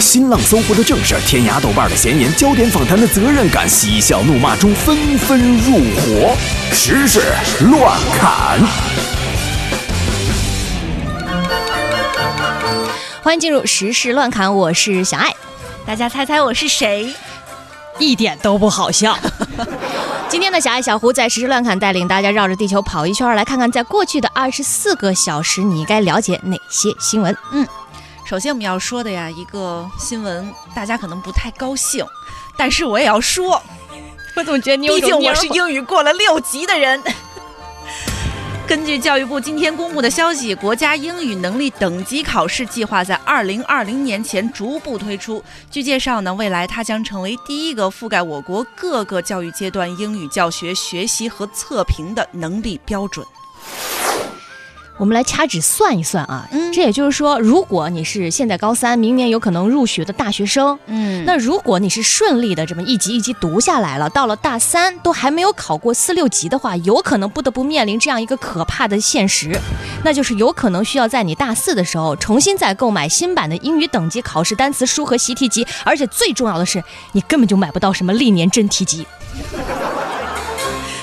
新浪搜狐的正事儿，天涯豆瓣的闲言，焦点访谈的责任感，嬉笑怒骂中纷纷入伙，时事乱砍。欢迎进入时事乱侃，我是小爱。大家猜猜我是谁？一点都不好笑。 今天的小爱小胡在时事乱侃带领大家绕着地球跑一圈儿，来看看在过去的二十四个小时，你该了解哪些新闻？首先我们要说的呀，一个新闻，大家可能不太高兴，但是我也要 说，我总觉得你毕竟我是英语过了六级的人。根据教育部今天公布的消息，国家英语能力等级考试计划在二零二零年前逐步推出。据介绍呢，未来它将成为第一个覆盖我国各个教育阶段英语教学学习和测评的能力标准。我们来掐指算一算啊，嗯这也就是说，如果你是现在高三，明年有可能入学的大学生，嗯那如果你是顺利的这么一级一级读下来了，到了大三都还没有考过四六级的话，有可能不得不面临这样一个可怕的现实，那就是有可能需要在你大四的时候重新再购买新版的英语等级考试单词书和习题集，而且最重要的是，你根本就买不到什么历年真题集，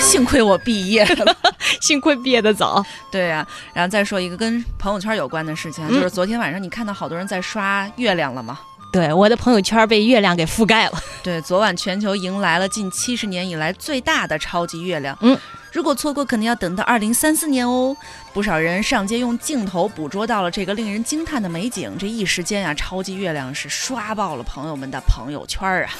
幸亏我毕业了。幸亏毕业的早。对啊，然后再说一个跟朋友圈有关的事嗯情啊，就是昨天晚上你看到好多人在刷月亮了吗？对，我的朋友圈被月亮给覆盖了。对，昨晚全球迎来了近七十年以来最大的超级月亮。嗯，如果错过，可能要等到二零三四年哦。不少人上街用镜头捕捉到了这个令人惊叹的美景，这一时间啊，超级月亮是刷爆了朋友们的朋友圈啊。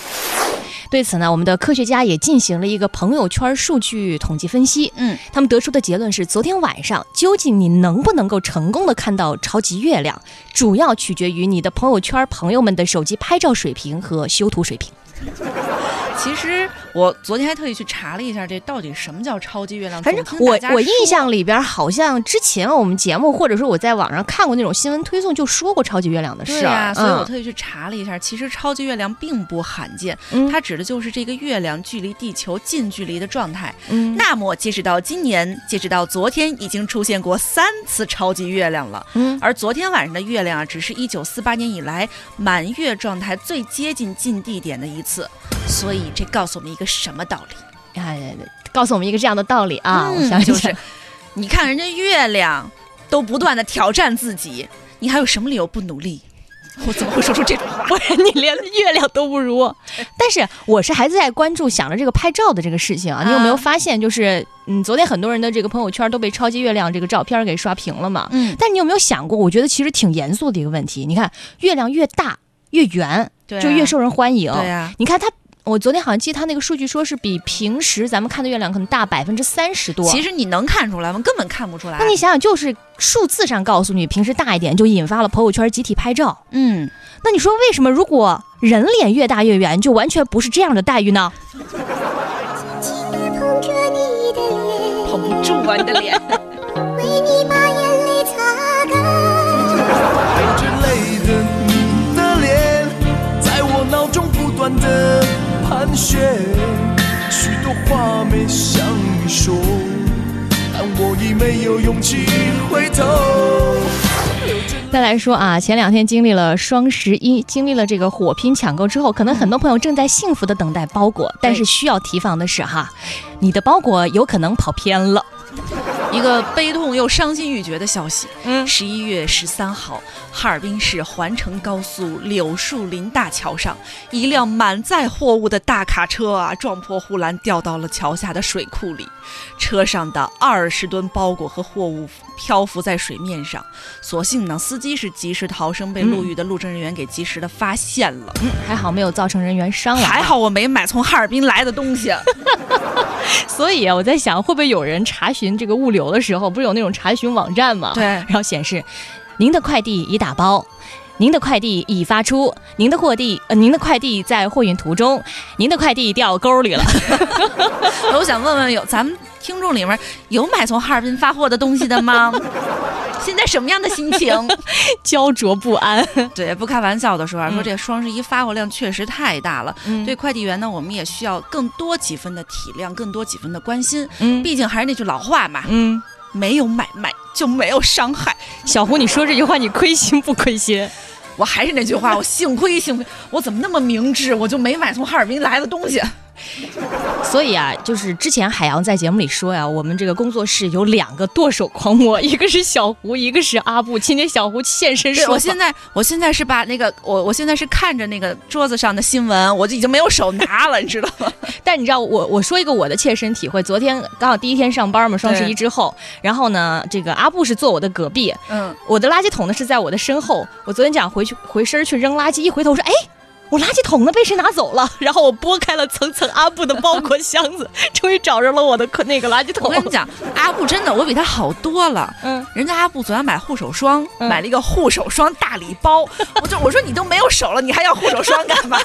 对此呢，我们的科学家也进行了一个朋友圈数据统计分析。嗯，他们得出的结论是，昨天晚上究竟你能不能够成功的看到超级月亮，主要取决于你的朋友圈朋友们的手机拍照水平和修图水平。其实我昨天还特意去查了一下，这到底什么叫超级月亮？反正总听我大家我印说象里边，好像之前我们节目或者说我在网上看过那种新闻推送，就说过超级月亮的对事儿。呀、所以我嗯特意去查了一下，其实超级月亮并不罕见，嗯它指的就是这个月亮距离地球近距离的状态。嗯那么，截止到今年，截止到昨天，已经出现过三次超级月亮了。嗯而昨天晚上的月亮啊，只是一九四八年以来满月状态最接近近地点的一次。所以，这告诉我们一个什么道理哎，告诉我们一个这样的道理啊，我嗯想一想就是，你看人家月亮都不断的挑战自己，你还有什么理由不努力？我怎么会说出这种 话？你连月亮都不 如。但是我是还在关注想着这个拍照的这个事情啊，你有没有啊发现就是，嗯，昨天很多人的这个朋友圈都被超级月亮这个照片给刷屏了嘛？嗯，但你有没有想过，我觉得其实挺严肃的一个问题。你看，月亮越大越圆，对啊就越受人欢迎。对啊呀、你看它。我昨天好像记得它那个数据说是比平时咱们看的月亮可能大百分之三十多。其实你能看出来吗？根本看不出来。那你想想，就是数字上告诉你平时大一点，就引发了朋友圈集体拍照。嗯，那你说为什么如果人脸越大越圆，就完全不是这样的待遇呢？轻地捧着你的脸，捧不住啊，你的脸。为你把眼泪擦干。陪着泪人的脸，在我脑中不断的盘旋，许多话没向你说，但我已没有勇气回头。再来说啊，前两天经历了双十一，经历了这个火拼抢购之后，可能很多朋友正在幸福的等待包裹，但是需要提防的是哈，你的包裹有可能跑偏了。 一个悲痛又伤心欲绝的消息。嗯嗯十一月十三号，哈尔滨市环城高速柳树林大桥上，一辆满载货物的大卡车啊，撞破护栏掉到了桥下的水库里，车上的二十吨包裹和货物漂浮在水面上。所幸呢，司机是及时逃生，被路遇的路政人员给及时的发现了。还好没有造成人员伤亡，啊还。好我没买从哈尔滨来的东西。所以啊，我在想，会不会有人查询这个物流的时候，不是有那种查询网站吗？对然后显示您的快递已打包。您的快递已发出，您的货递，呃，您的快递在货运途中，您的快递掉沟里了。 我想问问有咱们听众里面有买从哈尔滨发货的东西的吗？ 现在什么样的心 情？焦灼不安。对，不开玩笑的说啊，说嗯这双十一发货量确实太大了。嗯对快递员呢，我们也需要更多几分的体谅，更多几分的关心。嗯毕竟还是那句老话嘛，嗯，没有买卖就没有伤害。小胡，你说这句话你亏心不亏心？我还是那句话，我幸亏幸亏，我怎么那么明智，我就没买从哈尔滨来的东 西。所以啊，就是之前海洋在节目里说呀，我们这个工作室有两个剁手狂魔，一个是小胡，一个是阿布。今天小胡现身是说我法，现在，我现在是把那个我我现在是看着那个桌子上的新闻，我就已经没有手拿了，你知道吗？但你知道我我说一个我的切身体会，昨天刚好第一天上班嘛，双十一之后，然后呢，这个阿布是坐我的隔壁，嗯，我的垃圾桶呢是在我的身后。我昨天讲回去回身去扔垃圾，一回头说，哎。我垃圾桶呢被谁拿走了？然后我拨开了层层阿布的包 裹箱子，终于找着了我的可那个垃圾我桶跟。你讲，阿布真的我比他好多了。嗯，人家阿布昨天买护手霜，嗯买了一个护手霜大礼包，我就我说你都没有手了，你还要护手霜干 嘛？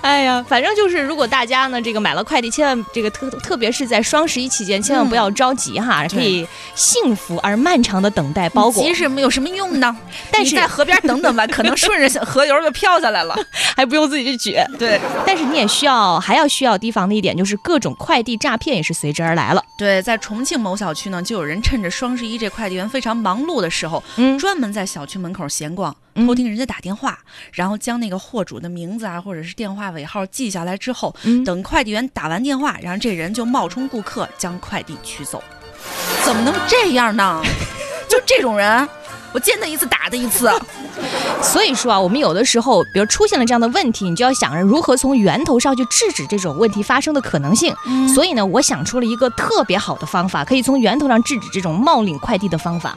哎呀，反正就是，如果大家呢这个买了快递，千万这个特特别是在双十一期间，千万嗯不要着急哈，可以幸福而漫长的等待包裹。即使没有什么用 呢，但你是在河边等等吧，可能顺着河流就飘下来了。还不用自己去撅。对但是你也需要，还要需要提防的一点就是，各种快递诈骗也是随之而来了。 对，在重庆某小区呢，就有人趁着双十一这快递员非常忙碌的时候，嗯专门在小区门口闲逛，嗯偷听人家打电话，然后将那个货主的名字啊，或者是电话尾号记下来之后，嗯等快递员打完电话，然后这人就冒充顾客将快递取走。怎么能这样 呢？就这种人，我见他一次打他一次。所以说啊，我们有的时候，比如出现了这样的问题，你就要想着如何从源头上去制止这种问题发生的可能性。所以呢，我想出了一个特别好的方法，可以从源头上制止这种冒领快递的方法。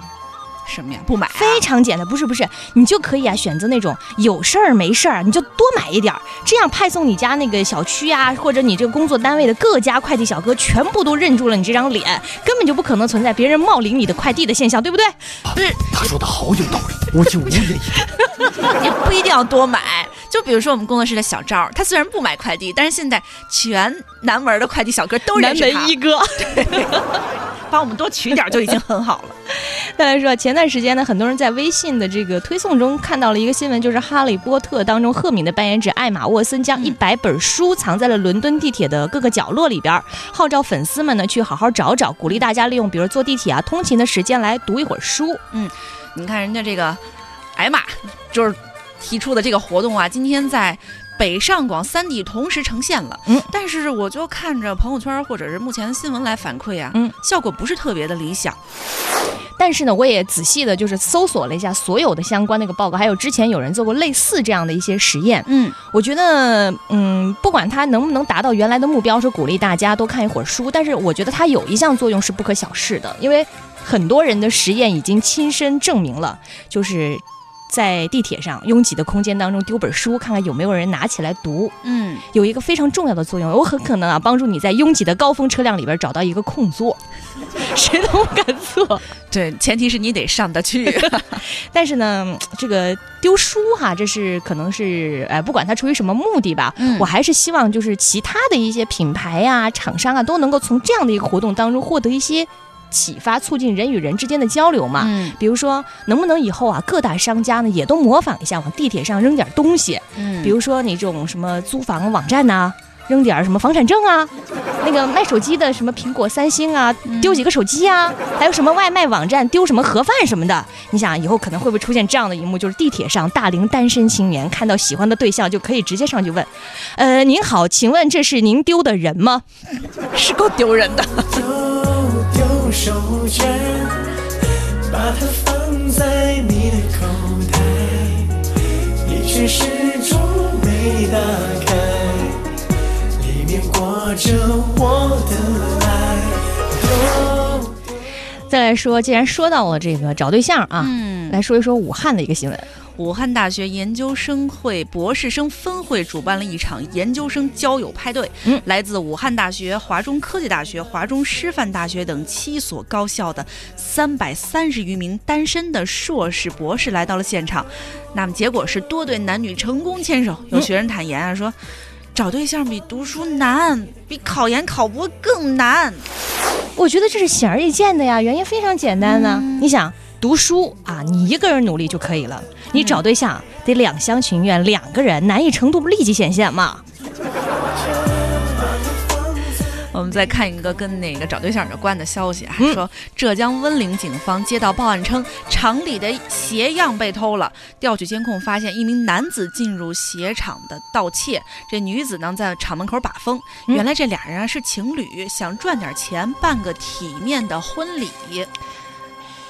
什么呀？不买、啊？非常简单，不是不是，你就可以啊，选择那种有事儿没事儿，你就多买一点儿，这样派送你家那个小区啊，或者你这个工作单位的各家快递小哥全部都认住了你这张脸，根本就不可能存在别人冒领你的快递的现象，对不对？他说的好有道理，我就无言以对。也不一定要多买。就比如说我们工作室的小赵，他虽然不买快递，但是现在全南门的快递小哥都认南识门他一，哥。帮我们多取点儿就已经很好了。再来说，前段时间呢，很多人在微信的这个推送中看到了一个新闻，就是《哈利波特》当中赫敏的扮演者艾玛沃森将一百本书藏在了伦敦地铁的各个角落里边儿，号召粉丝们呢去好好找找，鼓励大家利用比如坐地铁啊、通勤的时间来读一会儿书。你看人家这个艾玛，就是提出的这个活动啊，今天在。北上广三地同时呈现了，嗯但是我就看着朋友圈或者是目前的新闻来反馈啊，嗯效果不是特别的理想。但是呢，我也仔细的就是搜索了一下所有的相关的一个报告，还有之前有人做过类似这样的一些实验，嗯，我觉得，嗯，不管它能不能达到原来的目标，是鼓励大家多看一会儿书，但是我觉得它有一项作用是不可小视的，因为很多人的实验已经亲身证明了，就是在地铁上拥挤的空间当中丢本书，看看有没有人拿起来读，嗯，有一个非常重要的作用，有很可能啊帮助你在拥挤的高峰车辆里边找到一个空座，谁都不敢坐。对，前提是你得上得去。但是呢，这个丢书哈，这是可能是哎，不管它出于什么目的吧，嗯 我还是希望就是其他的一些品牌呀、厂商啊，都能够从这样的一个活动当中获得一些启发，促进人与人之间的交流嘛。嗯比如说，能不能以后啊，各大商家呢也都模仿一下，往地铁上扔点东西，嗯比如说你这种什么租房网站呐、扔点儿什么房产证啊，那个卖手机的什么苹果、三星啊，嗯丢几个手机啊，还有什么外卖网站丢什么盒饭什么的。你想以后可能会不会出现这样的一幕，就是地铁上大龄单身青年看到喜欢的对象就可以直接上去问，呃，您好，请问这是您丢的人吗？是够丢人的。丢丢手绢，把它放在你的口袋，你却始终没打开，里面裹着我的爱。丢。再来说，既然说到了这个找对象啊，嗯来说一说武汉的一个新闻。武汉大学研究生会博士生分会主办了一场研究生交友派对，嗯来自武汉大学、华中科技大学、华中师范大学等七所高校的三百三十余名单身的硕士、博士来到了现场。那么结果是多对男女成功牵手。有学生坦言啊，说找对象比读书难，比考研考博更难。我觉得这是显而易见的呀，原因非常简单呢、嗯你想读书啊，你一个人努力就可以了，你找对象、得两厢情愿，两个人难易程度立即显现嘛。我们再看一个跟哪个找对象有关的消息啊，嗯说浙江温岭警方接到报案称，厂里的鞋样被偷了。调取监控发现，一名男子进入鞋厂的盗窃，这女子呢在厂门口把风。嗯原来这俩人啊是情侣，想赚点钱办个体面的婚礼。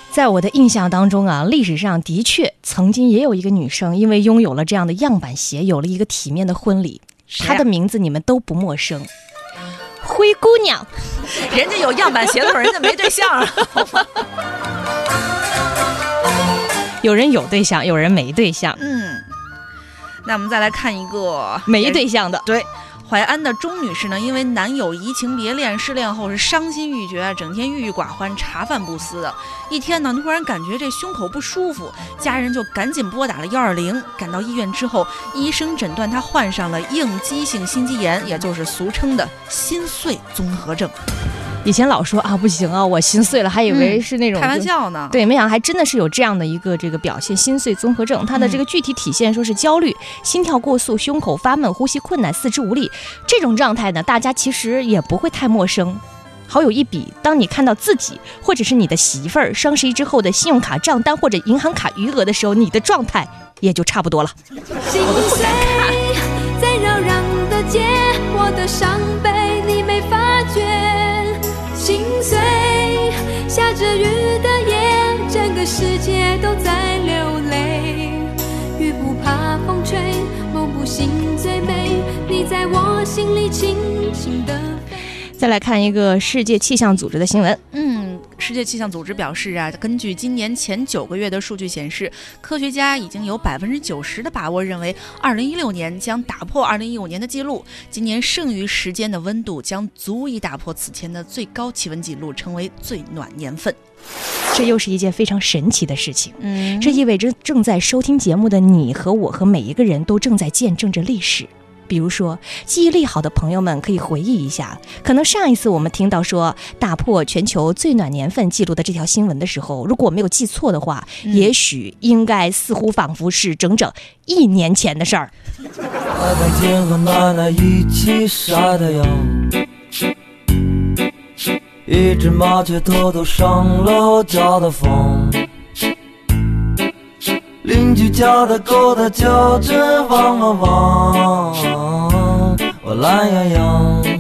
在我的印象当中啊，历史上的确曾经也有一个女生，因为拥有了这样的样板鞋，有了一个体面的婚礼。谁她呀的名字你们都不陌生，灰姑娘。人家有样板鞋的时候，人家没对象 啊。有人有对象，有人没对象，嗯，那我们再来看一个没对象的。对，淮安的钟女士呢，因为男友移情别恋，失恋后是伤心欲绝，整天郁郁寡欢，茶饭不思的。一天呢，突然感觉这胸口不舒服，家人就赶紧拨打了幺二零。赶到医院之后，医生诊断她患上了应激性心肌炎，也就是俗称的心碎综合症。以前老说啊不行啊，我心碎了，还以为嗯是那种、开玩。笑呢，对，没想到还真的是有这样的一个这个表现，心碎综合症。它的这个具体体现说是焦虑、心跳过速、胸口发闷、呼吸困难、四肢无力这种状态呢，大家其实也不会太陌生。好友一比，当你看到自己或者是你的媳妇儿双十一之后的信用卡账单或者银行卡余额的时候，你的状态也就差不多了。心碎，在扰攘的街，我的伤悲你没发觉。心碎，下着雨的夜，整个世界都在流泪。雨不怕风吹，梦不醒最美，你在我心里轻轻的飞。再来看一个世界气象组织的新闻，嗯，世界气象组织表示啊，根据今年前九个月的数据显示，科学家已经有百分之九十的把握认为，二零一六年将打破二零一五年的记录。今年剩余时间的温度将足以打破此前的最高气温记录，成为最暖年份。这又是一件非常神奇的事情。嗯这意味着正在收听节目的你和我和每一个人都正在见证着历史。比如说，记忆力好的朋友们可以回忆一下，可能上一次我们听到说打破全球最暖年份记录的这条新闻的时候，如果我没有记错的话，也许应该似乎仿佛是整整一年前的事儿。他在天和妈妈一起晒太阳，一只麻雀偷偷上了我家的房，邻居家的狗啊它叫着汪汪汪，我懒洋洋。